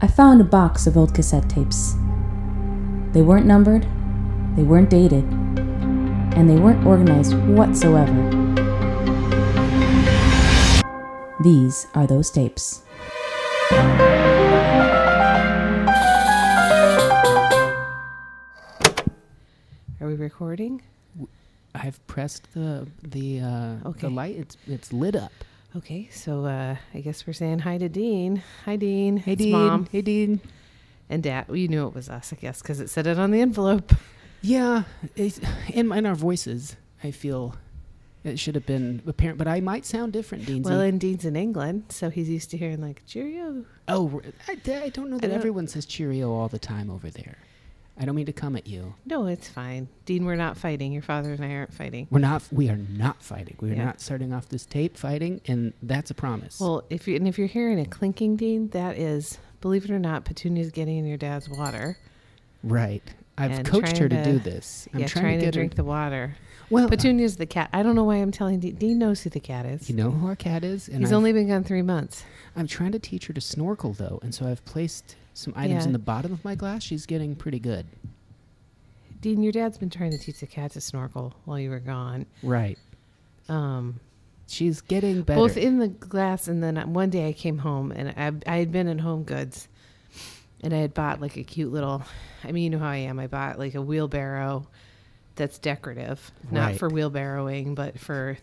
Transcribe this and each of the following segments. I found a box of old cassette tapes. They weren't numbered, they weren't dated, and they weren't organized whatsoever. These are those tapes. Are we recording? I've pressed the the uh, Okay. the light. It's it's lit up. Okay, so uh, I guess we're saying hi to Dean. Hi, Dean. Hey, It's Dean. Mom Hey, Dean. and Dad. Well, you knew it was us, I guess, because it said it on the envelope. Yeah, it's, and in our voices, I feel it should have been apparent, but I might sound different, Dean. Well, and Dean's in England, so he's used to hearing like "Cheerio." oh, I, I don't know that don't- everyone says cheerio all the time over there. I don't mean to come at you. No, it's fine, Dean. We're not fighting. Your father and I aren't fighting. We're not. We are not fighting. We are Yeah. not starting off this tape fighting, and that's a promise. Well, if you and if you're hearing a clinking, Dean, that is, believe it or not, Petunia's getting in your dad's water. right. I've and coached her to, trying do to- this. I'm yeah, trying, to get drink her. the water. well, uh Petunia's the cat. I don't know why I'm telling Dean. Dean knows who the cat is. you know who our cat is, and he's I've- only been gone three months. I'm trying to teach her to snorkel though, and so I've placed some items Yeah. in the bottom of my glass. She's getting pretty good. Dean, your dad's been trying to teach the cat to snorkel while you were gone. Right. Um, She's getting better. both in the glass, and then uh, one day I came home and I, I had been in Home Goods, and I had bought like a cute little. I mean, you know how I am. I bought like a wheelbarrow that's decorative, not Right. for wheelbarrowing, but for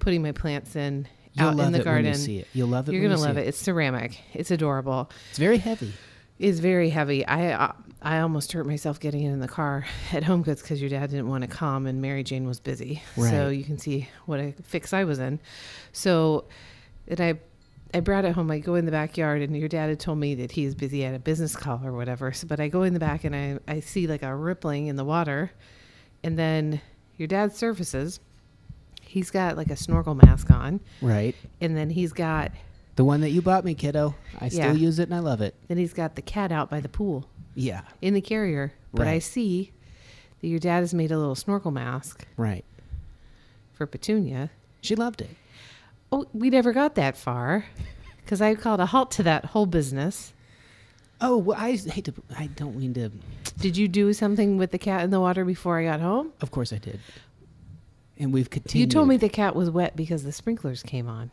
putting my plants in You'll out love in the it garden. When you see it. You'll love it. You're when gonna you see love it. It's ceramic. It's adorable. It's very heavy. is very heavy. I uh, I almost hurt myself getting it in the car at Home Goods because your dad didn't want to come and Mary Jane was busy. So Right. you can see what a fix I was in. So, and I I brought it home. I go in the backyard and your dad had told me that he is busy at a business call or whatever. So, but I go in the back and I I see like a rippling in the water, and then your dad surfaces. He's got like a snorkel mask on, Right. and then he's got The one that you bought me, kiddo. I Yeah. still use it and I love it. then he's got the cat out by the pool. Yeah. in the carrier, but I Right. see that your dad has made a little snorkel mask Right. for Petunia. She loved it. Oh, we never got that far because I called a halt to that whole business. Oh, well, I hate to. I don't mean to. Did you do something with the cat in the water before I got home? Of course I did. And we've You continued. told me the cat was wet because the sprinklers came on.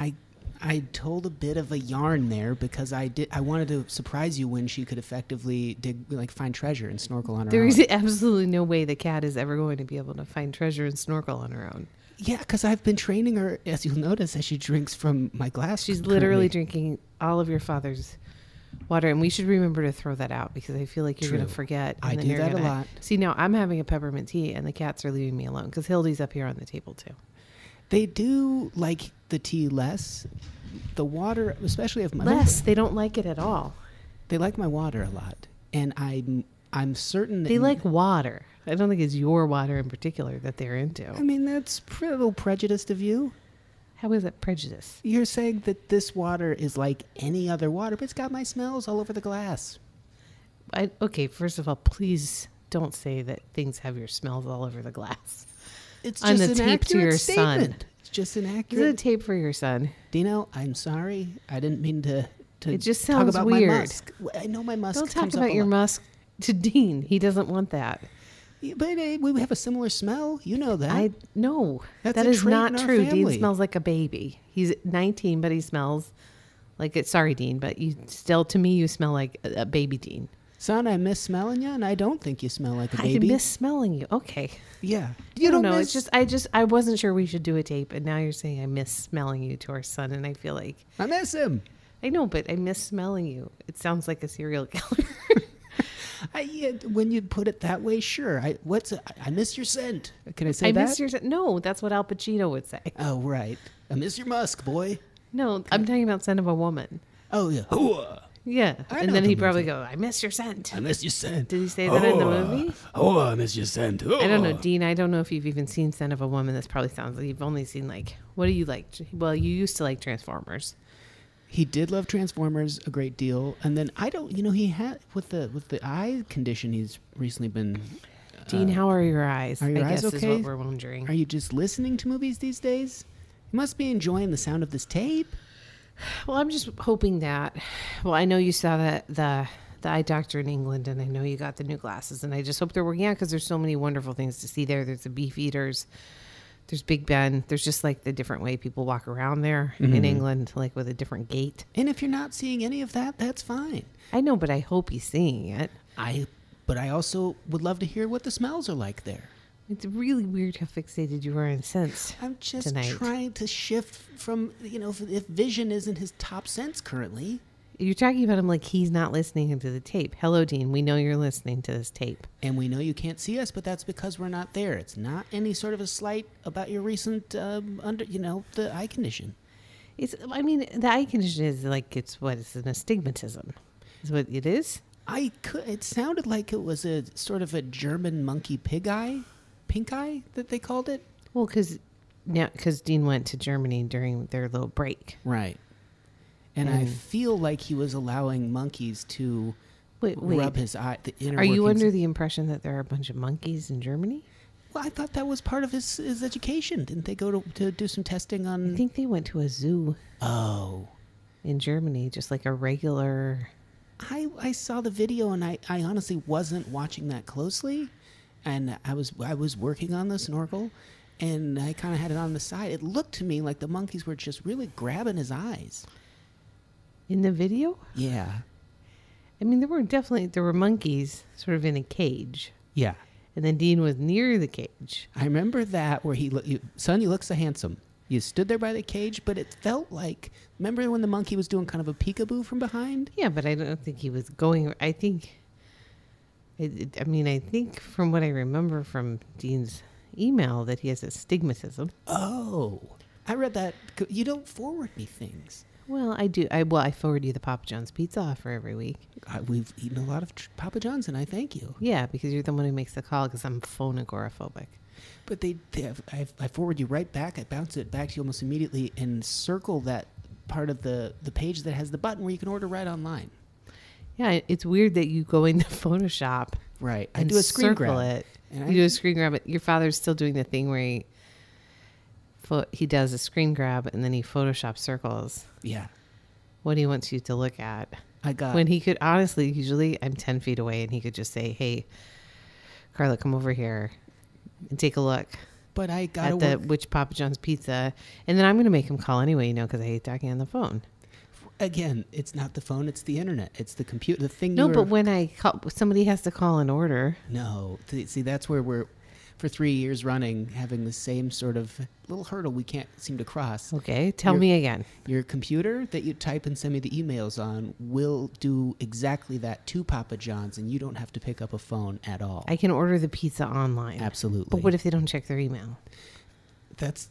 I I told a bit of a yarn there because I did. I wanted to surprise you when she could effectively dig, like find treasure and snorkel on her There own. is absolutely no way the cat is ever going to be able to find treasure and snorkel on her own. Yeah, because I've been training her, as you'll notice, as she drinks from my glass. She's currently. literally drinking all of your father's water, and we should remember to throw that out because I feel like you're going to True. forget. and I then do you're that a gonna- lot. See, now I'm having a peppermint tea, and the cats are leaving me alone because Hildy's up here on the table too. They do like the tea less. The water, especially if my Les, they don't like it at all. they like my water a lot, and I'm I'm certain that They like water. I don't think it's your water in particular that they're I into. mean, that's pre- a little prejudiced of you. How is that prejudice? You're saying that this water is like any other water, but it's got my smells all over the glass. I, okay, first of all, please don't say that things have your smells all over the glass. It's On just the an tape to accurate your son. statement. It's just an Is it a accurate. tape for your son? Dino, I'm sorry. I didn't mean to. to It just talk sounds about weird. My musk. I know my musk. Don't talk comes up about a your lot. musk to Dean. He doesn't want that. Yeah, But uh, we have a similar smell. You know that. I no. That's that a is trait not in our true. Dean family. smells like a baby. He's 19, but he smells like it. Sorry, Dean, but you still to me you smell like a, a baby, Dean. Son, I miss smelling you, and I don't think you smell like a I baby. miss smelling you. Okay, yeah. I know. It's just I just I wasn't sure we should do a tape, and now you're saying I miss smelling you to our son, and I feel like I miss him. I know, but I miss smelling you. It sounds like a serial killer. I, yeah, when you put it that way, sure. I what's I I miss your scent. Can I say I that? miss your no. That's what Al Pacino would say. oh right. I miss your musk, boy. No, I'm talking about scent of a woman. Oh yeah. Hooah. Yeah, I and know then the he'd probably go, "I miss your scent." I miss your scent. Did he say that in the movie? Oh, I miss your scent. I don't know, Hooah. Dean. I don't know if you've even seen Son of a Woman. This probably sounds like you've only seen like what do you like? Well, you used to like Transformers. He did love Transformers a great deal, and then I don't. You know, he had with the with the eye condition he's recently been. Dean, how are your eyes? Uh, are your I eyes guess is okay? what we're wondering. Are you just listening to movies these days? You must be enjoying the sound of this tape. Well, I'm just hoping that. Well, I know you saw that the the eye doctor in England, and I know you got the new glasses, and I just hope they're working out because there's so many wonderful things to see there. There's the beef eaters, there's Big Ben, there's just like the different way people walk around there Mm-hmm. in England, like with a different gait. And if you're not seeing any of that, that's fine. I know, but I hope he's seeing it. I but I also would love to hear what the smells are like there. It's really weird how fixated you are on scents. I'm just tonight. trying to shift from you know if, if vision isn't his top sense currently. You're talking about him like he's not listening to the tape. Hello, Dean. We know you're listening to this tape. And we know you can't see us, but that's because we're not there. It's not any sort of a slight about your recent um, under, you know, the eye condition. It's. I mean, the eye condition is like it's what it's an astigmatism. Is what it is. I could. It sounded like it was a sort of a German monkey pig eye, pink eye that they called it. Well, because now because Dean went to Germany during their little break. Right. Mm. And I feel like he was allowing monkeys to Wait, wait. rub his eye. The inner. Are you workings- under the impression that there are a bunch of monkeys in Germany? Well, I thought that was part of his, his education. Didn't they go to, to do some testing I on? think they went to a zoo Oh, in Germany, just like a regular. I I saw the video and I, I honestly wasn't watching that closely, and I was I was working on the snorkel, and I kind of had it on the side. It looked to me like the monkeys were just really grabbing his eyes. In the video, Yeah, I mean, there were definitely there were monkeys sort of in a cage, yeah. and then Dean was near the cage. I remember that where he loo- you, son, you look so handsome. You stood there by the cage, but it felt like remember when the monkey was doing kind of a peekaboo from behind. Yeah, but I don't think he was going. I think. I, I mean, I think from what I remember from Dean's email that he has astigmatism. Oh, I read that. You don't forward me things. Well, I do. I well, I forward you the Papa John's pizza offer every week. I, we've eaten a lot of tr- Papa John's, and I thank you. Yeah, because you're the one who makes the call. Because I'm phone agoraphobic. But they, they have, I, I forward you right back. I bounce it back to you almost immediately and circle that part of the the page that has the button where you can order right online. Yeah, it- it's weird that you go into Photoshop. Right. I and do a screen circle grab. it. And I- you do a screen grab. But your father's still doing the thing where he pho- he does a screen grab and then he Photoshop circles Yeah. what he wants you to look at. I got. when he could honestly usually i'm 10 feet away and he could just say hey carla come over here and take a look but I got at the which papa john's pizza and then i'm going to make him call anyway you know because i hate talking on the phone again. It's not the phone. It's the internet. It's the computer. The thing. no you but were- when i call somebody has to call an order No. Th- See, that's where we're for three years running having the same sort of little hurdle we can't seem to cross. okay tell You're- me again Your computer that you type and send me the emails on will do exactly that to Papa John's, and you don't have to pick up a phone at all. i can order the pizza online Absolutely. but what if they don't check their email that's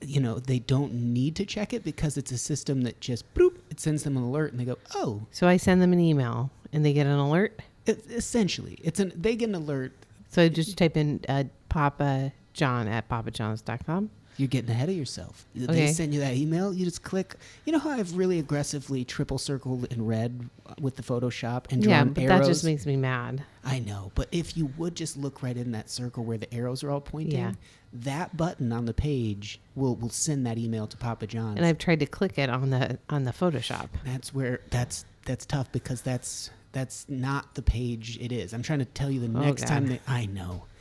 you know they don't need to check it because it's a system that just boop it sends them an alert and they go oh so i send them an email and they get an alert it, essentially it's an they get an alert so i just type in uh, papa john at papajohns.com you're getting ahead of yourself they Okay. send you that email you just click you know how I've really aggressively triple circled in red with the Photoshop and yeah drawn but arrows that just makes me mad I know, but if you would just look right in that circle where the arrows are all pointing, Yeah. that button on the page will will send that email to Papa John's. and I've tried to click it on the on the Photoshop. that's where that's that's tough because that's that's not the page it is. I'm trying to tell you the Oh, next God. time that I know.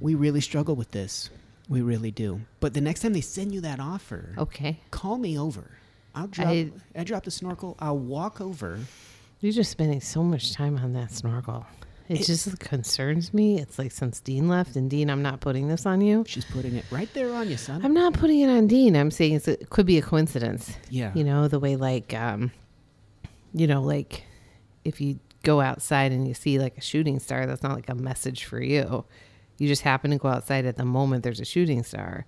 We really struggle with this. We really do. But the next time they send you that offer, Okay, call me over. I'll drop I, Oh. I- drop the snorkel. I'll walk over. you're just spending so much time on that snorkel. It, It- just concerns me. It's like since Dean left, and Dean, I'm not putting this on you. She's putting it right there on you, son. I'm not putting it on Dean. I'm saying it's, it could be a coincidence. yeah. You know the way like, um, you know like if you go outside and you see like a shooting star, that's not like a message for you. You just happen to go outside at the moment there's a shooting star.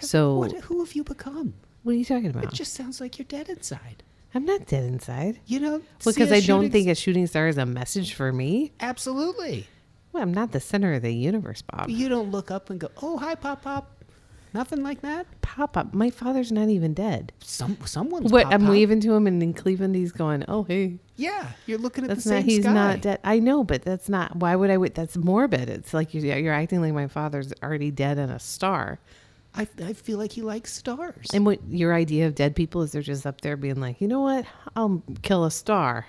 So what, who have you become? what are you talking about? It just sounds like you're dead inside. I'm not dead inside. You know, Well, see because a I don't shooting- think a shooting star is a message for me. absolutely. Well, I'm not the center of the universe, Bob. You don't look up and go, "Oh, hi, pop pop." Nothing like that. Pop up. My father's not even dead. Some someone's What? pop I'm pop. waving to him, and in Cleveland, he's going, "Oh, hey, Yeah, you're looking at that's the same not. He's sky. not dead. I know, but that's not. Why would I? Would that's morbid? It's like you're you're acting like my father's already dead and a star. I, I feel like he likes stars. And what your idea of dead people is they're just up there being like, you know what? I'll kill a star.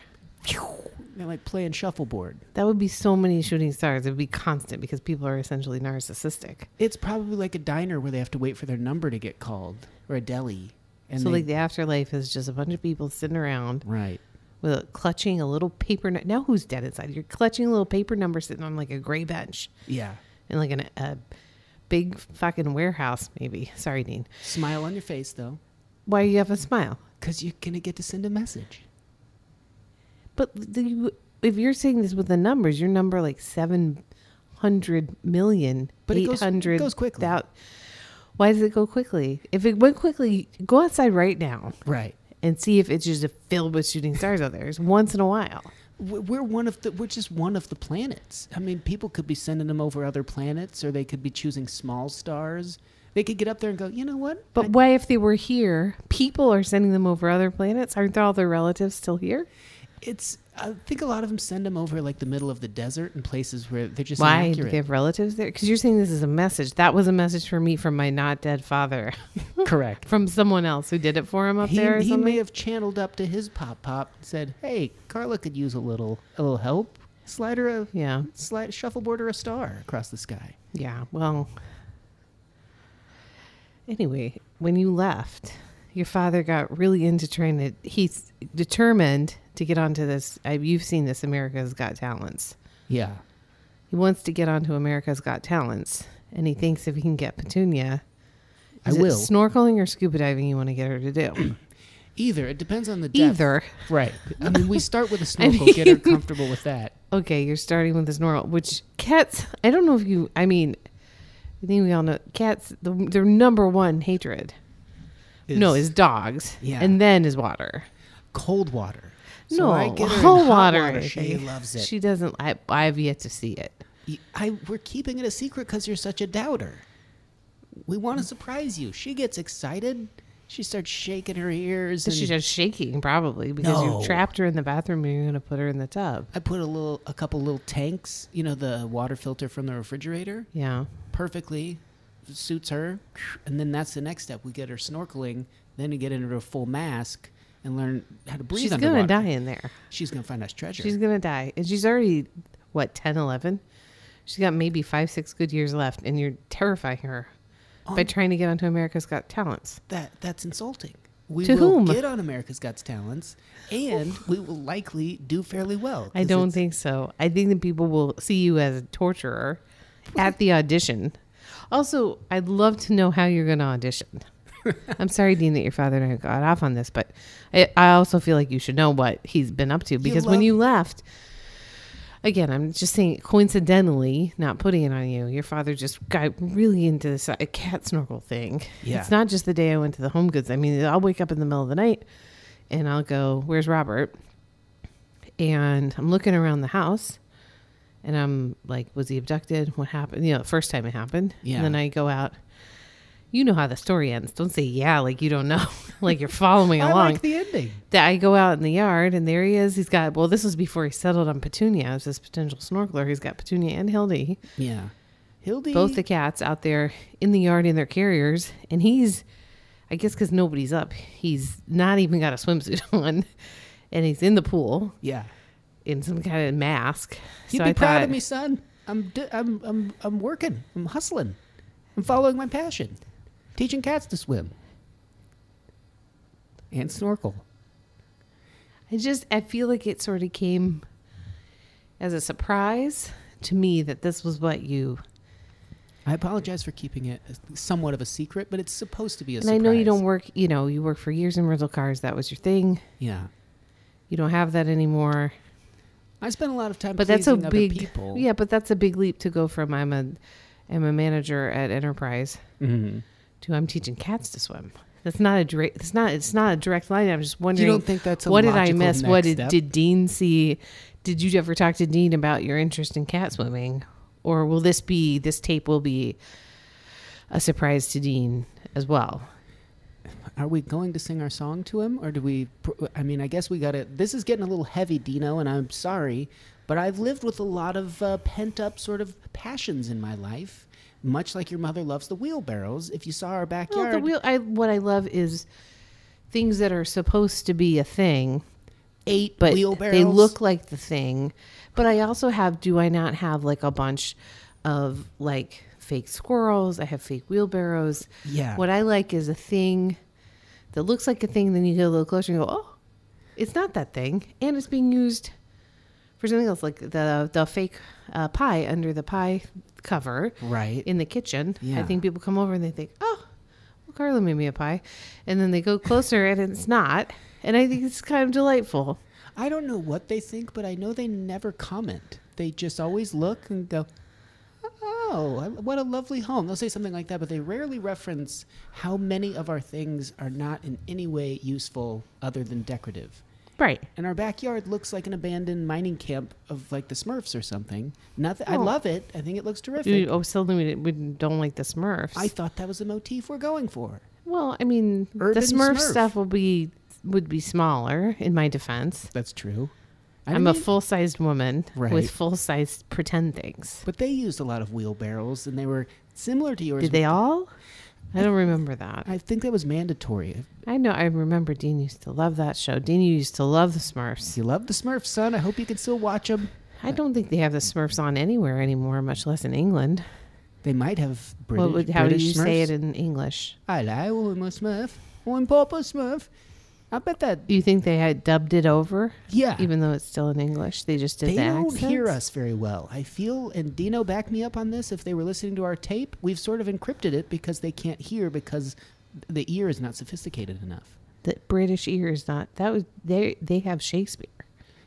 They're like playing shuffleboard. That would be so many shooting stars. It would be constant because people are essentially narcissistic. It's probably like a diner where they have to wait for their number to get called or a deli. And so, they- like, the afterlife is just a bunch of people sitting around right. with a, clutching a little paper. nu- Now, who's dead inside? You're clutching a little paper number sitting on like a gray bench Yeah. in like an, a big fucking warehouse, maybe. Sorry, Dean. Smile on your face though, Why do you have a smile? because you're gonna get to send a message. But the, if you're saying this with the numbers, your number like seven hundred million, But it eight goes- hundred it goes quickly. why does it go quickly? If it went quickly, go outside right now Right. and see if it's just filled with shooting stars out there. It's once in a while. We're we're one of the. We're just one of the planets. I mean, people could be sending them over other planets, or they could be choosing small stars. They could get up there and go, you know what? But why, if they were here, people are sending them over other planets? Aren't all their relatives still here? It's. I think a lot of them send them over like the middle of the desert and places where they're just Why do inaccurate. they have relatives there? Because you're saying this is a message. That was a message for me from my not dead father, Correct. from someone else who did it for him up He, there. Or he something. may have channeled up to his pop pop and said, "Hey, Carla could use a little a little help. Slide her a yeah. slide shuffleboard or a star across the sky." Yeah, well. Anyway, when you left, your father got really into trying to. He's determined to get onto this. I, you've seen this America's Got Talents. Yeah. He wants to get onto America's Got Talents, and he thinks if he can get Petunia, I is it will. snorkeling or scuba diving you want to get her to do? Either it depends on the depth. Either. Right. I mean, we start with a I snorkel, get her mean- comfortable with that. Okay, you're starting with this normal, which cats. I don't know if you. I mean, I think we all know cats. The, their number one hatred. no, is dogs. Yeah. And then is water. cold water. So no, I get her in whole hot water. She loves it. She doesn't. I, I've yet to see it. Y- I we're keeping it a secret because you're such a doubter. We want to surprise you. She gets excited. She starts shaking her ears. And She's just shaking, probably, because Mm. No. you've trapped her in the bathroom and you're going to put her in the tub. I put a little, a couple little tanks. You know, the water filter from the refrigerator. Yeah. perfectly suits her and then that's the next step we get her snorkeling then we get into a full mask and learn how to breathe She's underwater going to die in there. she's gonna find us treasure She's going to die. And she's already, what, 10, 11? She's got maybe five, six good years left, and you're terrifying her by trying to get onto America's Got Talents. that that's insulting we To will whom? get on america's got talents and we will likely do fairly well I Oh, 'cause don't it's- think so. I think that people will see you as a torturer at the audition. Also, I'd love to know how you're going to audition. I'm sorry, Dean, that your father and I got off on this, but I, I also feel like you should know what he's been up to because when love- you left, again, I'm just saying coincidentally, not putting it on you, your father just got really into this uh, cat snorkel thing. Yeah. It's not just the day I went to the home goods. I mean, I'll wake up in the middle of the night and I'll go, Where's Robert? and I'm looking around the house and I'm like, was he abducted? What happened? You know, the first time it happened. Yeah. And then I go out. You know how the story ends. Don't say yeah like you don't know. like you're following i along. like the ending that I go out in the yard and there he is. He's got well, this was before he settled on Petunia as this potential snorkeler. He's got Petunia and Hildy, yeah hildy both the cats out there in the yard in their carriers, and he's I guess because nobody's up, he's not even got a swimsuit on, and he's in the pool yeah in some kind of mask. you'd so be I proud thought, of me son I'm, d- I'm i'm i'm working i'm hustling i'm following my passion teaching cats to swim and snorkel I just I feel like it sort of came as a surprise to me that this was what you I apologize for keeping it somewhat of a secret, but it's supposed to be a and surprise. I know you don't work, you know, you work for years in rental cars, that was your thing. Yeah, You don't have that anymore. I spend a lot of time. But that's a pleasing other big people. Yeah, but that's a big leap to go from I'm a I'm a manager at Enterprise Mhm. to I'm teaching cats to swim. That's not a direct. It's not. It's not a direct line. I'm just wondering. think that's a what did I logical miss? What next did, step? did Dean see? Did you ever talk to Dean about your interest in cat swimming, or will this be this tape will be a surprise to Dean as well? Are we going to sing our song to him, or do we? pr- I mean, I guess we got to. This is getting a little heavy, Dino, and I'm sorry, but I've lived with a lot of uh, pent up sort of passions in my life much like your mother loves the wheelbarrows, if you saw our Well, backyard, the wheel. I what I love is things that are supposed to be a thing, eight but wheelbarrows, they look like the thing. But I also have. Do I not have like a bunch of like fake squirrels? I have fake wheelbarrows. Yeah. What I like is a thing that looks like a thing. Then you get a little closer and go, oh, it's not that thing, and it's being used for something else, like the the fake uh, pie under the pie cover right? in the kitchen. I Yeah. think people come over and they think, oh, well, Carla made me a pie. And then they go closer and it's not. And I think it's kind of delightful. I don't know what they think, but I know they never comment. They just always look and go, "Oh, I- what a lovely home." They'll say something like that, but they rarely reference how many of our things are not in any way useful other than decorative. Right. And our backyard looks like an abandoned mining camp of like the Smurfs or something. Nothing. I Oh. love it. I think it looks terrific. You, oh, suddenly we, didn't- we don't like the Smurfs. I thought that was the motif we're going for. well, I mean, the Urban Smurf, Smurf. stuff will be would be smaller in my defense. That's true. I I'm a mean, full-sized woman Right. with full-sized pretend things. But they used a lot of wheelbarrows, and they were similar to yours. Did they all? I don't remember that. I think that was mandatory. I know. I remember Dean used to love that show. Dean used to love the Smurfs. You love the Smurfs, son. I hope you can still watch them. I don't think they have the Smurfs on anywhere anymore, much less in England. They might have British. What would, how do British you say Smurfs. it in English? Hello, I'm a Smurf. I'm Papa Smurf. I bet that. Do you think they had dubbed it over, Yeah. even though it's still in English? They just did they the don't accents? hear us very well. I feel, and Dino back me up on this. If they were listening to our tape, we've sort of encrypted it because they can't hear because the ear is not sophisticated enough. The British ear is not. That was they. They have Shakespeare.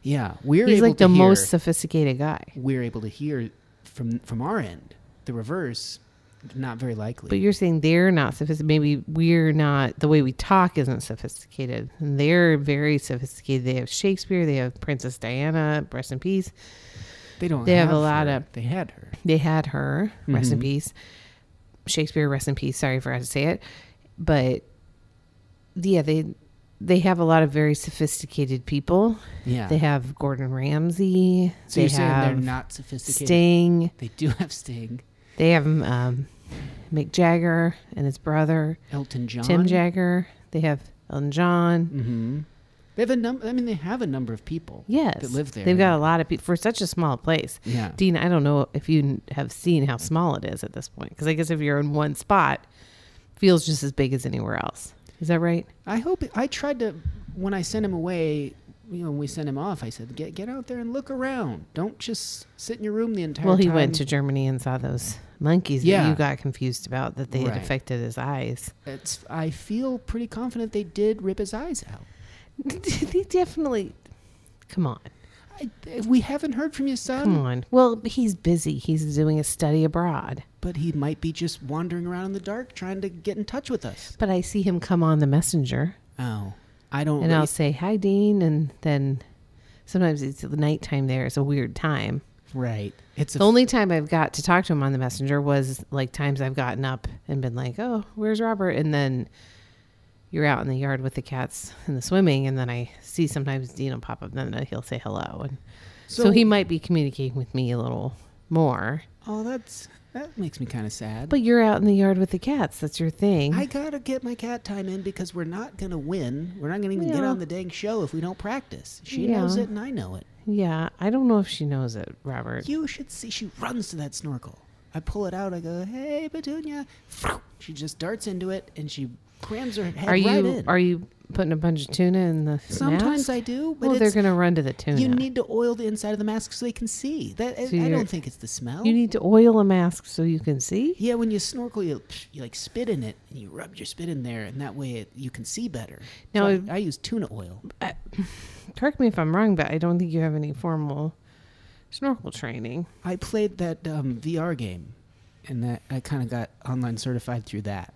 Yeah, we're He's able like to the hear, most sophisticated guy. We're able to hear from from our end. The reverse, not very likely. But you're saying they're not sophisticated. Maybe we're not. The way we talk isn't sophisticated. And they're very sophisticated. They have Shakespeare. They have Princess Diana. Rest in peace. they don't. they have a her. lot of- They had her. they had her rest Mm-hmm. in peace shakespeare rest in peace sorry for how to say it but yeah they they have a lot of very sophisticated people Yeah. they have gordon ramsay so they you're saying they're have not sophisticated. sting They do have Sting, they have um, mick jagger and his brother Elton John, tim jagger they have elton john hmm They have a number. I mean, they have a number of people. yes that live there. they've got a lot of people for such a small place Yeah. Dean, I don't know if you n- have seen how small it is at this point, because I guess if you're in one spot, it feels just as big as anywhere else. Is that right? I hope. I tried to when I sent him away. You know, when we sent him off, I said, "Get get out there and look around. Don't just sit in your room the entire well, time." he went to Germany and saw those monkeys that Yeah. you got confused about that they had Right. affected his eyes. It's, I feel pretty confident they did rip his eyes out. they definitely. Come on, I, we haven't heard from you, come son. on. Well, he's busy. He's doing a study abroad. But he might be just wandering around in the dark trying to get in touch with us. But I see him come on the messenger, Oh, I don't. and I'll say hi, Dean, and then sometimes it's the nighttime. There, it's a weird time. right. It's a The only time I've got to talk to him on the messenger was like times I've gotten up and been like, "Oh, where's Robert?" and then you're out in the yard with the cats and the swimming, and then I see sometimes Dino pop up, and then he'll say hello, and so, he might be communicating with me a little more. Oh, that's that makes me kind of sad. But you're out in the yard with the cats; that's your thing. I gotta get my cat time in because we're not gonna win. We're not gonna even get Yeah. on the dang show if we don't practice. She knows Yeah. it and I know it. yeah, I don't know if she knows it, Robert. You should see. She runs to that snorkel. I pull it out. I go, "Hey, Petunia!" She just darts into it and she crams her head are you right in. are you putting a bunch of tuna in the mask? Sometimes I do, but Well, they're it's, gonna run to the tuna. you need to oil the inside of the mask so they can see. That I- So I you're- don't think it's the smell. you need to oil a mask so you can see. yeah, when you snorkel, you, you like spit in it and you rub your spit in there, and that way it, you can see better. Now, So I- if- I use tuna oil. correct me if I'm wrong, but I don't think you have any formal snorkel training. I played that um, VR game, and that I kind of got online certified through that.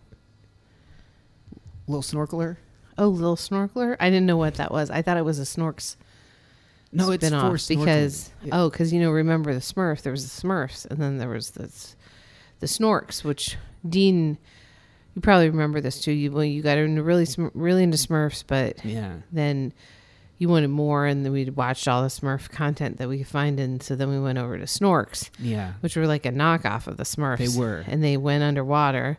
Little snorkeler? Oh, little snorkeler! I didn't know what that was. I thought it was a snorks. No, it's spin-off for snorkeling. because Yeah. oh, because you know, remember the Smurf? There was the Smurfs, and then there was this the snorks, which Dean, you probably remember this too. You well, you got into really sm- really into Smurfs, but yeah, then you wanted more, and then we'd watched all the Smurf content that we could find, and so then we went over to Snorks, Yeah. which were like a knockoff of the Smurfs. They were. and they went underwater.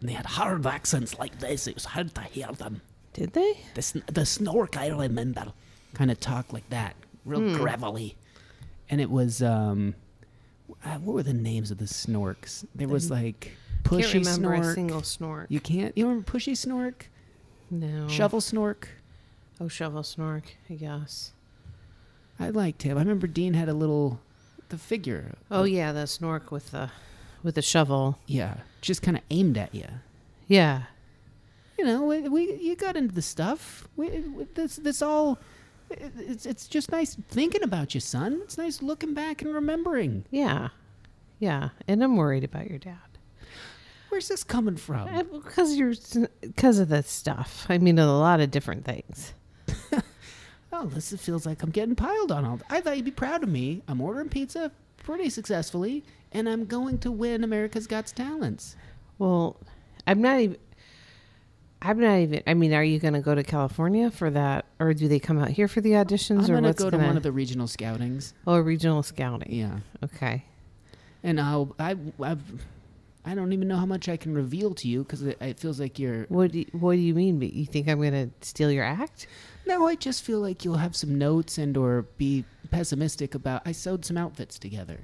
And they had hard accents like this. It was hard to hear them. Did they? The, sn- the snork, I remember, kind of talk like that, real Hmm. gravelly. And it was, um, uh, what were the names of the snorks? There was like Can't pushy remember a snork. single snork. you can't. You remember pushy snork, no shovel snork? Oh, shovel snork. I guess. I liked him. I remember Dean had a little, the figure. Oh yeah, the snork with the with the shovel. Yeah, just kind of aimed at you. Yeah. you know, we, we you got into the stuff. We, we, this this all. It's it's just nice thinking about you, son. It's nice looking back and remembering. Yeah. Yeah. And I'm worried about your dad. Where's this coming from? Because you're because of that stuff. I mean, a lot of different things. Oh, this it feels like I'm getting piled on. All I thought you'd be proud of me. I'm ordering pizza pretty successfully, and I'm going to win America's Got Talents. Well, I'm not even. I'm not even. I mean, are you going to go to California for that, or do they come out here for the auditions, I'm or going to what's go going to one of the regional scoutings. oh regional scouting? Yeah, Okay. and I'll I I've. I don't even know how much I can reveal to you because it, it feels like you're What do you, What do you mean? But You think I'm going to steal your act? No, I just feel like you'll have some notes and or be pessimistic about. I sewed some outfits together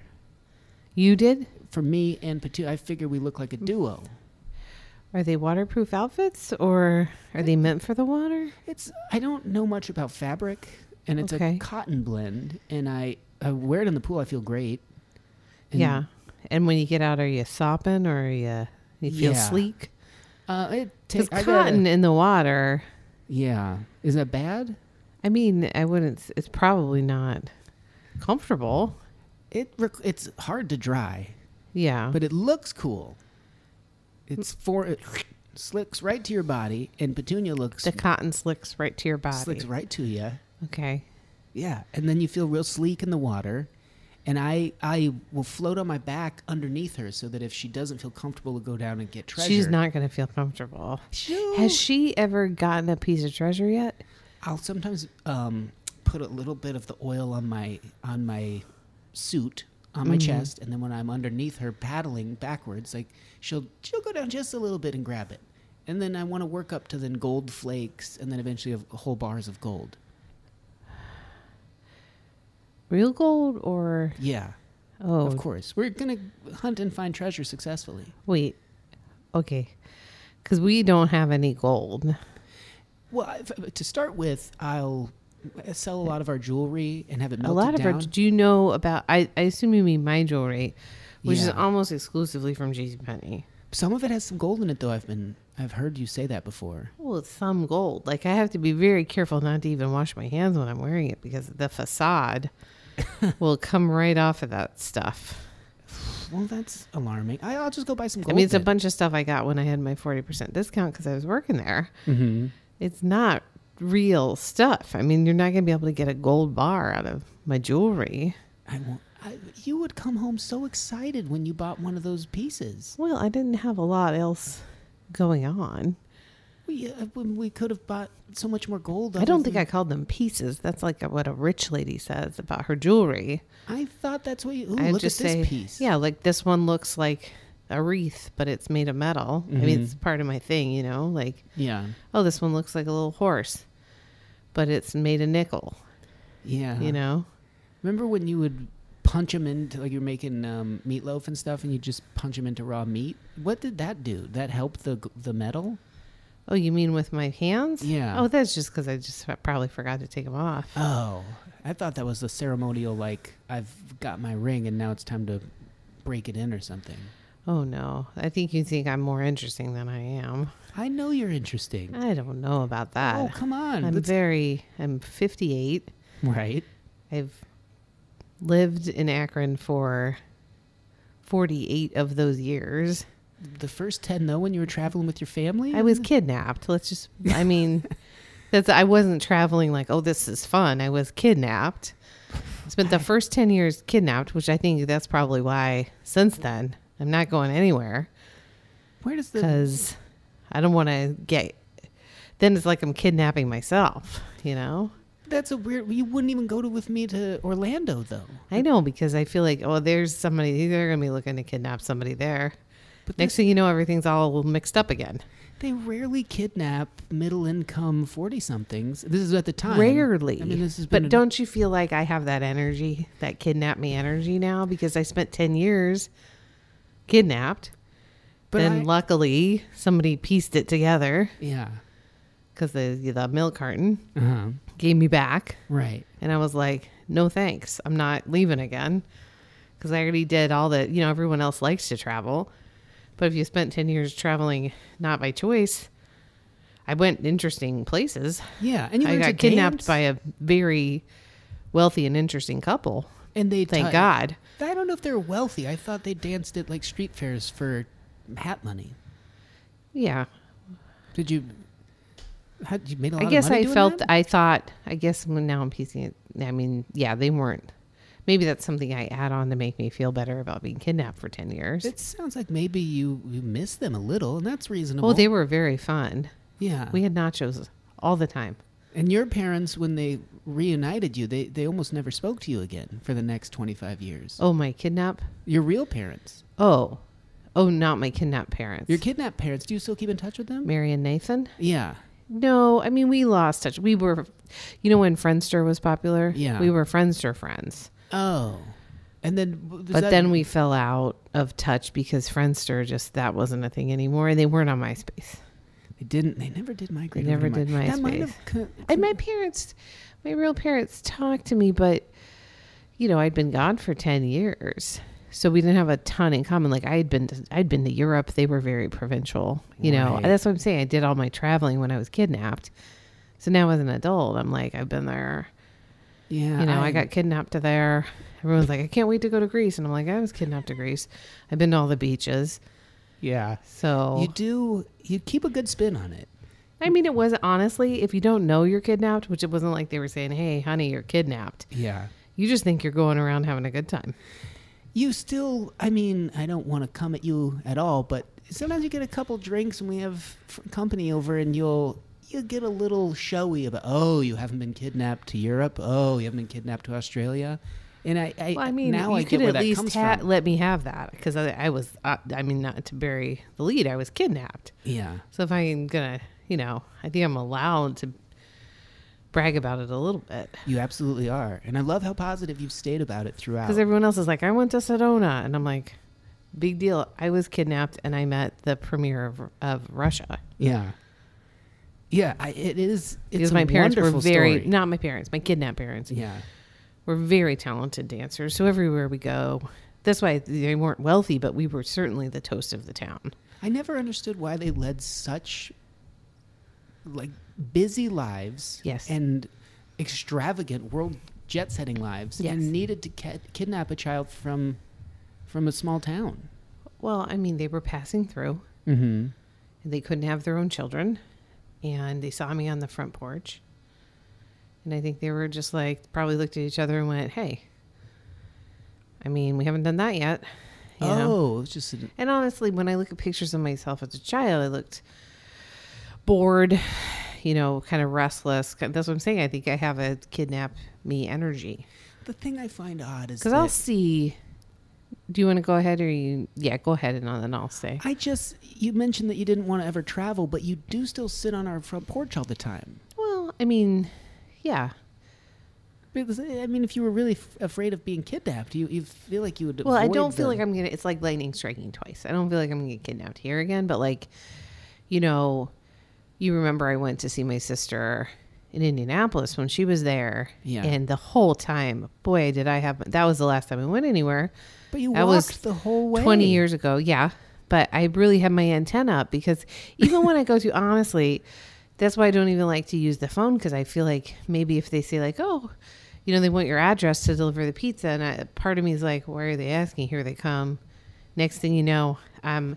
You did? for me and Patu. I figure we look like a duo. Are they waterproof outfits, or are they meant for the water? It's I don't know much about fabric, and it's Okay. a cotton blend, and I, I wear it in the pool. I feel great. And, yeah. And when you get out, are you sopping, or are you you feel Yeah. sleek? uh, it Because takes cotton in the water. yeah, is that bad? I mean, I wouldn't. s- It's probably not comfortable. It rec- it's hard to dry, Yeah. but it looks cool. It's for it slicks right to your body, and Petunia looks the cotton slicks right to your body. slicks right to you. Okay. Yeah, and then you feel real sleek in the water. And I, I will float on my back underneath her so that if she doesn't feel comfortable to go down and get treasure, She's not going to feel comfortable. She'll- Has she ever gotten a piece of treasure yet? I'll sometimes um, put a little bit of the oil on my on my suit on Mm-hmm. my chest, and then when I'm underneath her paddling backwards, like she'll she'll go down just a little bit and grab it, and then I want to work up to then gold flakes, and then eventually of whole bars of gold. Real gold or Yeah, oh, of course, we're gonna hunt and find treasure successfully. wait. Okay. Cuz we don't have any gold. Well, if, uh, to start with, I'll sell a lot of our jewelry and have it a melted lot of down. our do you know about I I assume you mean my jewelry, which is Yeah. almost exclusively from JCPenney. Some of it has some gold in it, though. I've been I've heard you say that before. Well, it's some gold. Like I have to be very careful not to even wash my hands when I'm wearing it because the facade will come right off of that stuff. Well, that's alarming. I, I'll just go buy some gold. I mean, it's a then. bunch of stuff I got when I had my 40% discount because I was working there. Mm-hmm. It's not real stuff. I mean, you're not going to be able to get a gold bar out of my jewelry. I won't, I, you would come home so excited when you bought one of those pieces. Well, I didn't have a lot else going on. We uh, when we could have bought so much more gold. I don't think I called them pieces. That's like what a rich lady says about her jewelry. I thought that's what you. Ooh, I look just at this say, piece. yeah, like this one looks like a wreath, but it's made of metal. I mean, it's part of my thing, you know, like, yeah, oh, this one looks like a little horse, but it's made of nickel, yeah. you know? remember when you would punch them into like you're making um, meatloaf and stuff, and you just punch them into raw meat? What did that do? That helped the g- the metal? Oh, you mean with my hands? Yeah. Oh, that's just because I just f- probably forgot to take them off. Oh, I thought that was the ceremonial. Like I've got my ring, and now it's time to break it in or something. Oh no, I think you think I'm more interesting than I am. I know you're interesting. I don't know about that. Oh, come on, I'm Let's- very. I'm 58. right. I've lived in Akron for 48 of those years. The first ten though, when you were traveling with your family, I was kidnapped. Let's just. I mean, that's. I wasn't traveling like, oh, this is fun. I was kidnapped. Spent the first ten years kidnapped, which I think that's probably why. Since then, I'm not going anywhere Where does the because I don't want to get. Then it's like I'm kidnapping myself. You know. that's a weird. You wouldn't even go to with me to Orlando though. I know because I feel like, oh, there's somebody. They're going to be looking to kidnap somebody there. But Next thing you know, everything's all mixed up again. They rarely kidnap middle income forty somethings. This is at the time. Rarely. I mean, this has been. but a- don't you feel like I have that energy, that kidnap me energy now? Because I spent 10 years kidnapped. But then I- luckily somebody pieced it together Yeah. because the, the milk carton Uh-huh. gave me back. Right. And I was like, no thanks. I'm not leaving again. Because I already did all that. You know, everyone else likes to travel. But if you spent 10 years traveling not by choice, I went interesting places. Yeah. And you I went to got kidnapped dance, by a very wealthy and interesting couple. And they Thank ti- God. I don't know if they're wealthy. I thought they danced at like street fairs for hat money. Yeah. Did you? How you made a lot I guess of money I doing felt, that? I thought, I guess when- now I'm piecing it. I mean, yeah, they weren't. Maybe that's something I add on to make me feel better about being kidnapped for 10 years. It sounds like maybe you you miss them a little, and that's reasonable. Oh, they were very fun. yeah. We had nachos all the time. and your parents, when they reunited you, they they almost never spoke to you again for the next twenty five years. Oh, my kidnap. Your real parents, Oh, oh, not my kidnapped parents. your kidnapped parents. Do you still keep in touch with them? Mary and Nathan. Yeah. No, I mean we lost touch. We were, you know, when Friendster was popular. Yeah. we were Friendster friends, Oh. And then, was but that- then we fell out of touch because Friendster just that wasn't a thing anymore, and they weren't on MySpace. they didn't. They never did migrate. They over never to did my, That might MySpace. have. co- And my parents, my real parents, talked to me, but you know, I'd been gone for ten years, so we didn't have a ton in common. Like I had been, to, I'd been to Europe. They were very provincial. You know, Right. that's what I'm saying. I did all my traveling when I was kidnapped. So now as an adult, I'm like, I've been there. yeah. You know, I got kidnapped to there. Everyone's like, I can't wait to go to Greece, and I'm like, I was kidnapped to Greece. I've been to all the beaches. Yeah. So You do. You keep a good spin on it. I mean, it was honestly, if you don't know you're kidnapped, which it wasn't like they were saying, "Hey, honey, you're kidnapped." Yeah. You just think you're going around having a good time. You still, I mean, I don't want to come at you at all, but sometimes you get a couple drinks and we have f- company over, and you'll you get a little showy about, oh, you haven't been kidnapped to Europe, oh, you haven't been kidnapped to Australia, and I, I, Well, I mean, now you I could get where at that least comes ha- from. let me have that because I, I was, uh, I mean, not to bury the lead, I was kidnapped. Yeah, So if I'm gonna, you know, I think I'm allowed to brag about it a little bit you absolutely are, and I love how positive you've stayed about it throughout. because everyone else is like, "I went to Sedona," and I'm like, "Big deal." I was kidnapped and I met the premier of, of Russia. yeah, yeah, I, it is. It's Because a my parents were wonderful very story. not my parents, my kidnapped parents. yeah, We're very talented dancers. So everywhere we go, that's why they weren't wealthy, but we were certainly the toast of the town. I never understood why they led such like busy lives Yes. and extravagant world jet setting lives Yes. and needed to ki- kidnap a child from from a small town. Well, I mean, they were passing through Mm-hmm. and they couldn't have their own children. And they saw me on the front porch. And I think they were just like, probably looked at each other and went, hey, I mean, we haven't done that yet. You oh, know? it was just an, And honestly, when I look at pictures of myself as a child, I looked bored, you know, kind of restless. That's what I'm saying. I think I have a kidnap me energy the thing I find odd is because that I'll see. Do you want to go ahead or you? Yeah, go ahead and uh, then I'll say. I just you mentioned that you didn't want to ever travel, but you do still sit on our front porch all the time. Well, I mean, yeah. Because, I mean, if you were really f- afraid of being kidnapped, you you feel like you would. Well, I avoid don't feel the- like I'm gonna. It's like lightning striking twice. I don't feel like I'm gonna get kidnapped here again. But like, you know, you remember I went to see my sister in Indianapolis when she was there. Yeah. And the whole time, boy, did I have. That was the last time I went anywhere. But you That was walked the whole way. Twenty years ago, yeah. But I really had my antenna up because even when I go to honestly, that's why I don't even like to use the phone because I feel like maybe if they say like, oh, you know, they want your address to deliver the pizza, and I, part of me is like, why are they asking? Here they come. Next thing you know, I'm,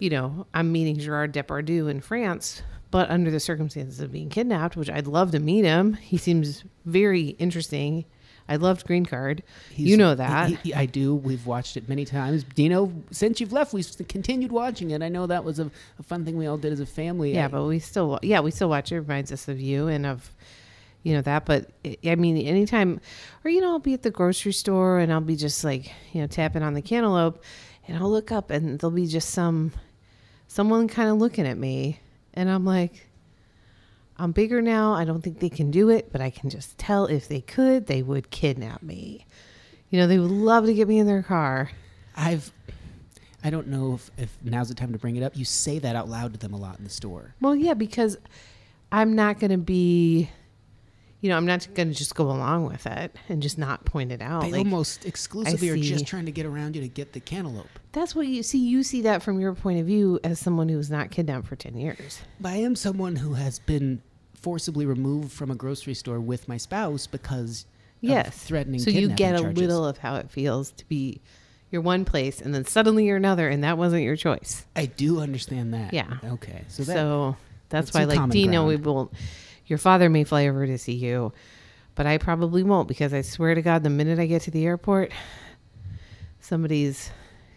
you know, I'm meeting Gerard Depardieu in France, but under the circumstances of being kidnapped, which I'd love to meet him. He seems very interesting. I loved Green Card. you He's- know that. he- he- I do. We've watched it many times. Dino, since you've left, we've continued watching it. I know that was a, a fun thing we all did as a family. Yeah, I- but we still, yeah, we still watch. It reminds us of you and of, you know that but i- i mean anytime or you know i'll be at the grocery store and i'll be just like you know tapping on the cantaloupe and i'll look up and there'll be just some someone kind of looking at me and i'm like i'm bigger now i don't think they can do it but i can just tell if they could they would kidnap me you know they would love to get me in their car I've I don't know if, if now's the time to bring it up. You say that out loud to them a lot in the store. Well, yeah, because I'm not going to be, you know, I'm not going to just go along with it and just not point it out. They Oh, Like, almost exclusively are see. just trying to get around you to get the cantaloupe. that's what you see. You see that from your point of view as someone who was not kidnapped for 10 years. But I am someone who has been forcibly removed from a grocery store with my spouse because Yes. of threatening. So you kidnapping get a charges. little of how it feels to be you're one place and then suddenly you're another, and that wasn't your choice. I do understand that. Yeah. Okay. So, So that that's that's why, some like, common Dino, we ground. will, your father may fly over to see you, but I probably won't because I swear to God, the minute I get to the airport, somebody's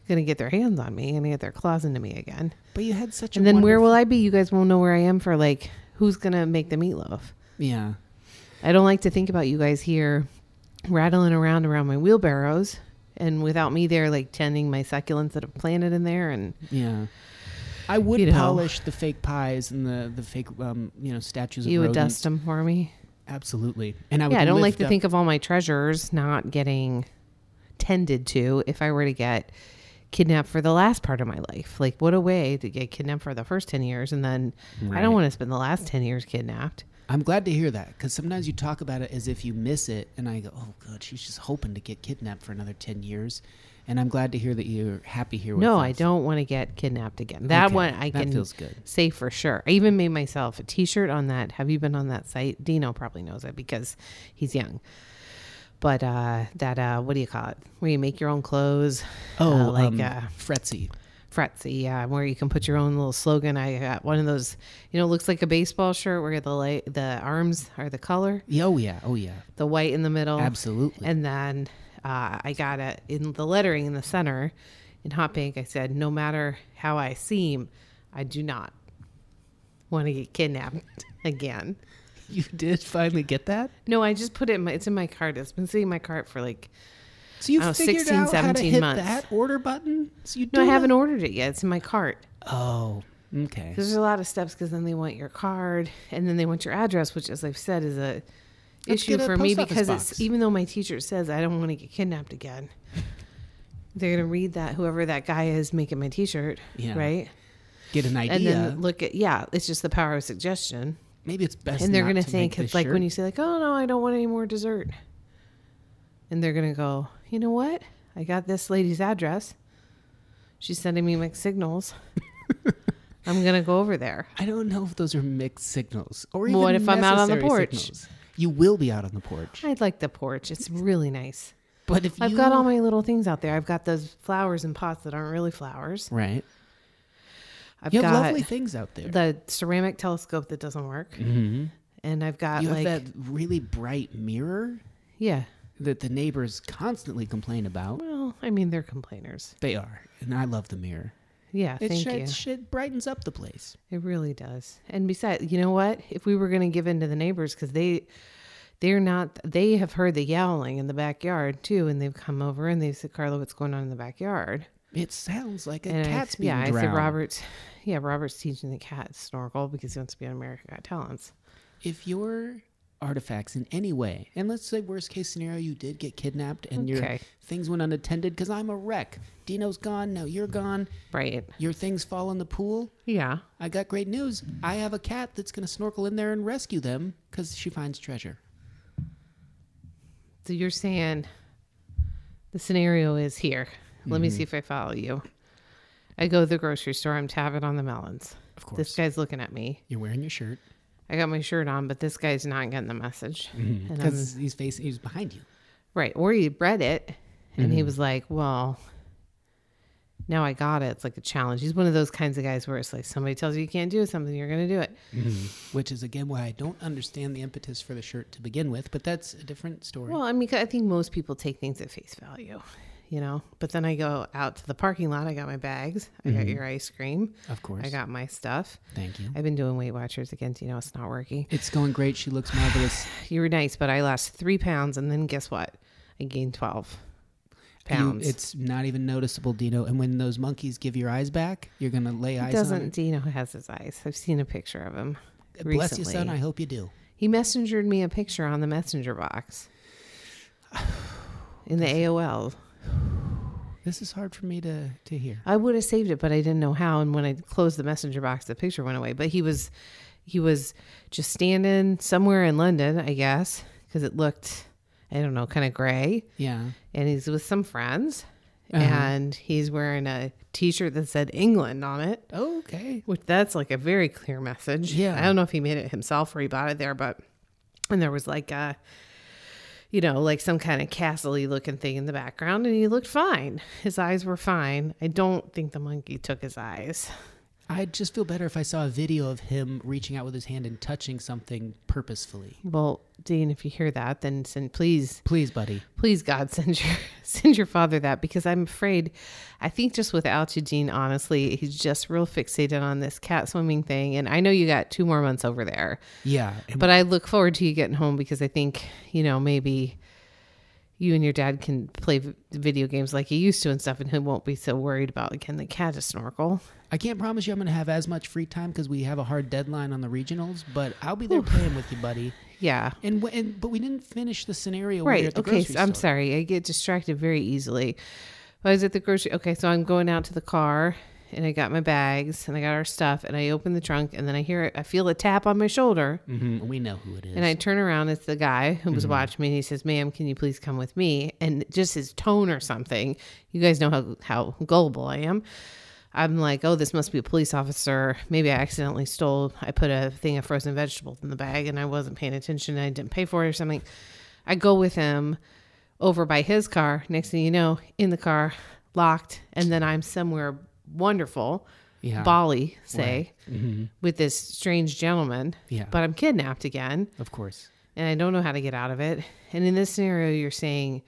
going to get their hands on me and get their claws into me again. But you had such a and then where wonderful- will I be? You guys won't know where I am for, like, who's going to make the meatloaf? Yeah. I don't like to think about you guys here rattling around around my wheelbarrows and without me there, like, tending my succulents that have planted in there and Yeah. I would You know. polish the fake pies and the the fake um, you know statues. Of you would rodents. dust them for me. Absolutely. And I would yeah, I don't like lift to up- think of all my treasures not getting tended to if I were to get kidnapped for the last part of my life. Like, what a way to get kidnapped for the first 10 years. And then I Right. don't want to spend the last 10 years kidnapped. I'm glad to hear that because sometimes you talk about it as if you miss it, and I go, "Oh God, she's just hoping to get kidnapped for another ten years." And I'm glad to hear that you're happy here. With No, us. I don't want to get kidnapped again. That Okay, one I that can feels good. say for sure. I even made myself a t shirt on that. Have you been on that site? Dino probably knows it because he's young. But uh, that, uh, what do you call it? Where you make your own clothes. Oh, uh, like um, Fretzy. Fretzy, yeah, where you can put your own little slogan. I got one of those, you know, it looks like a baseball shirt where the light, the arms are the color, Yeah, Oh yeah, oh yeah, the white in the middle, absolutely. and then uh, I got it in the lettering in the center, in hot pink. I said, "No matter how I seem, I do not want to get kidnapped again." you did finally get that. No, I just put it. In my, it's in my cart. It's been sitting in my cart for like. So you Oh, figured 16, out how to 17 hit months. that order button. So you do No, I haven't that? ordered it yet. It's in my cart. Oh, okay. There's a lot of steps because then they want your card and then they want your address, which, as I've said, is a Let's issue get a for me post office because box. it's even though my teacher says I don't want to get kidnapped again, they're gonna read that whoever that guy is making my T-shirt, Yeah. right? Get an idea. And then look at yeah, it's just the power of suggestion, Maybe it's best. and they're not gonna to think make it's this like when shirt. you say like, oh no, I don't want any more dessert, and they're gonna go, you know what? I got this lady's address. She's sending me mixed signals. I'm gonna go over there. I don't know if those are mixed signals or even What if I'm out on the necessary porch? signals. You will be out on the porch. I like the porch. It's really nice. But if I've you, got all my little things out there. I've got those flowers and pots that aren't really flowers. right. I've You have got lovely things out there. the ceramic telescope that doesn't work. Mm-hmm. And I've got you have like that really bright mirror yeah. that the neighbors constantly complain about. Well, I mean they're complainers. They are, and I love the mirror. Yeah, It, thank shi- you. it shi- brightens up the place. It really does. And besides, you know what? If we were going to give in to the neighbors cuz they they're not they have heard the yowling in the backyard too and they've come over and they've said Carla what's going on in the backyard? It sounds like a And I s- cat's being yeah, drowned. I said Robert's. Yeah, Robert's teaching the cat snorkel because he wants to be on America Got Talents. If your artifacts in any way, and let's say worst case scenario, you did get kidnapped and your Okay. things went unattended because I'm a wreck. Dino's gone. Now you're gone. Right. Your things fall in the pool. Yeah. I got great news. I have a cat that's going to snorkel in there and rescue them because she finds treasure. So you're saying the scenario is here. Let Mm-hmm. me see if I follow you. I go to the grocery store. I'm tapping on the melons. Of course. This guy's looking at me. You're wearing your shirt I got my shirt on, but this guy's not getting the message. Mm-hmm. And I'm because he's facing, he's behind you. Right. Or he read it and Mm-hmm. he was like, well, now I got it. It's like a challenge. He's one of those kinds of guys where it's like somebody tells you you can't do something, you're going to do it. which is again why I don't understand the impetus for the shirt to begin with, but that's a different story. Well, I mean, I think most people take things at face value. you know. But then I go out to the parking lot. I got my bags. I got your ice cream. Mm-hmm. Of course. I got my stuff. Thank you. I've been doing Weight Watchers again. You know, it's not working. It's going great. She looks marvelous. You were nice, but I lost three pounds, and then guess what? I gained twelve You- pounds. it it's not even noticeable, Dino. And when those monkeys give your eyes back, you're gonna lay eyes doesn't. on. Dino has his eyes. I've seen a picture of him. it. Uh, Bless you, son. recently. I hope you do. He messengered me a picture on the messenger box in the AOL. This is hard for me to to hear. I would have saved it, but I didn't know how. And when I closed the messenger box, the picture went away. But he was, he was just standing somewhere in London, I guess, because it looked, I don't know, kind of gray. Yeah. And he's with some friends, Uh-huh. and he's wearing a T-shirt that said England on it. Okay. Which that's like a very clear message. Yeah. I don't know if he made it himself or he bought it there, but and there was like a you know, like some kind of castle looking thing in the background and he looked fine. His eyes were fine. I don't think the monkey took his eyes. I'd just feel better if I saw a video of him reaching out with his hand and touching something purposefully. Well, Dean, if you hear that, then send please Please, buddy. please God send your send your father that because I'm afraid I think just without you, Dean, honestly, he's just real fixated on this cat swimming thing. And I know you got two more months over there. Yeah. But I look forward to you getting home because I think, you know, maybe you and your dad can play v- video games like he used to and stuff, and he won't be so worried about can the cat just snorkel. I can't promise you I'm going to have as much free time because we have a hard deadline on the regionals, but I'll be there playing with you, buddy. Yeah. And, w- and but we didn't finish the scenario. when we were Right. at the Okay. grocery So I'm store. sorry. I get distracted very easily. I was at the grocery. Okay. So I'm going out to the car and I got my bags and I got our stuff and I open the trunk and then I hear, I feel a tap on my shoulder. Mhm, We know who it is. And I turn around, it's the guy who Mm-hmm. was watching me, and he says, Ma'am, can you please come with me? And just his tone or something, you guys know how, how gullible I am. I'm like, Oh, this must be a police officer. Maybe I accidentally stole, I put a thing of frozen vegetables in the bag and I wasn't paying attention and I didn't pay for it or something. I go with him over by his car. Next thing you know, in the car, locked. And then I'm somewhere wonderful, Yeah. Mm-hmm. Bali, say, with this strange gentleman. Yeah. But I'm kidnapped again of course. and I don't know how to get out of it. And in this scenario, you're saying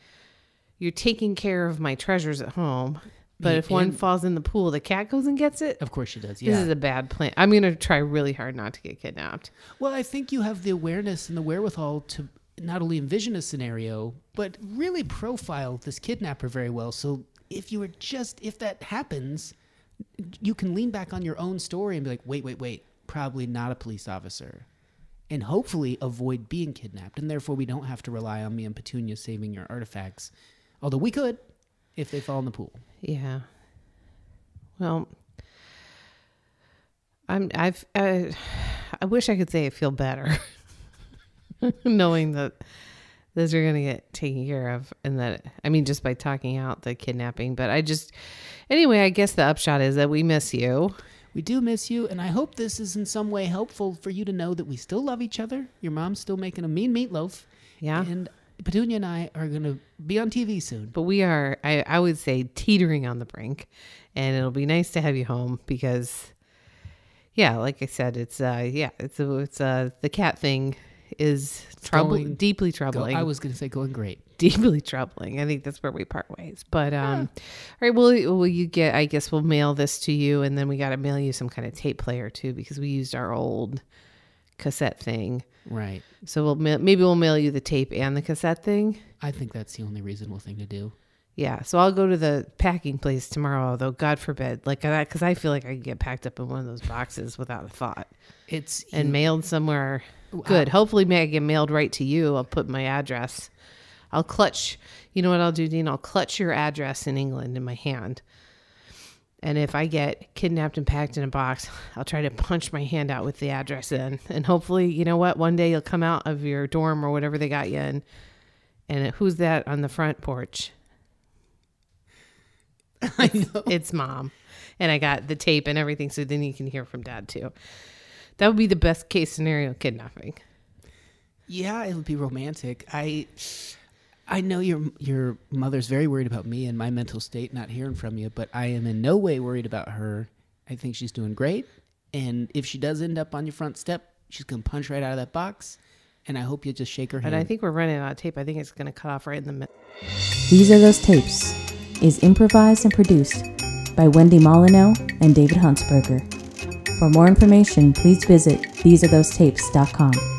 you're taking care of my treasures at home, but if one falls in the pool, the cat goes and gets it. Of course she does. This Yeah. is a bad plan. I'm going to try really hard not to get kidnapped. well, I think you have the awareness and the wherewithal to not only envision a scenario, but really profile this kidnapper very well. So if you were just, if that happens, you can lean back on your own story and be like, wait, wait, wait, probably not a police officer. And hopefully avoid being kidnapped. And therefore, we don't have to rely on me and Petunia saving your artifacts. Although we could if they fall in the pool. Yeah. Well, I'm. I've. I, I wish I could say I feel better, knowing that those are going to get taken care of, and that I mean, just by talking out the kidnapping. But I just, anyway, I guess the upshot is that we miss you. We do miss you, and I hope this is in some way helpful for you to know that we still love each other. Your mom's still making a mean meatloaf. Yeah. And Petunia and I are going to be on TV soon. But we are, I, I would say, teetering on the brink, and it'll be nice to have you home because, yeah, like I said, it's uh, yeah, it's a, it's uh, the cat thing is troubling, going- deeply Go- troubling, I was going to say going great. deeply troubling. I think that's where we part ways. But um, all right, well, will you get? I guess we'll mail this to you, and then we got to mail you some kind of tape player too because we used our old cassette thing. Right. So we'll ma- maybe we'll mail you the tape and the cassette thing. I think that's the only reasonable thing to do. Yeah, so I'll go to the packing place tomorrow, although God forbid, like that, because I feel like I could get packed up in one of those boxes without a thought It's and mailed somewhere. Good. Hopefully, may I get mailed right to you. I'll put my address. I'll clutch. You know what I'll do, Dean? I'll clutch your address in England in my hand. And if I get kidnapped and packed in a box, I'll try to punch my hand out with the address in. And hopefully, you know what? One day you'll come out of your dorm or whatever they got you in. And who's that on the front porch? I know. it's mom. And I got the tape and everything, so then you can hear from dad too. That would be the best case scenario kidnapping. Yeah, it would be romantic. I I know your your mother's very worried about me and my mental state not hearing from you, but I am in no way worried about her. I think she's doing great. And if she does end up on your front step, she's gonna punch right out of that box. And I hope you just shake her But hand. I think we're running out of tape. I think it's going to cut off right in the middle. These are those tapes. is improvised and produced by Wendy Molyneux and David Huntsberger. For more information, please visit thesearethose tapes.com.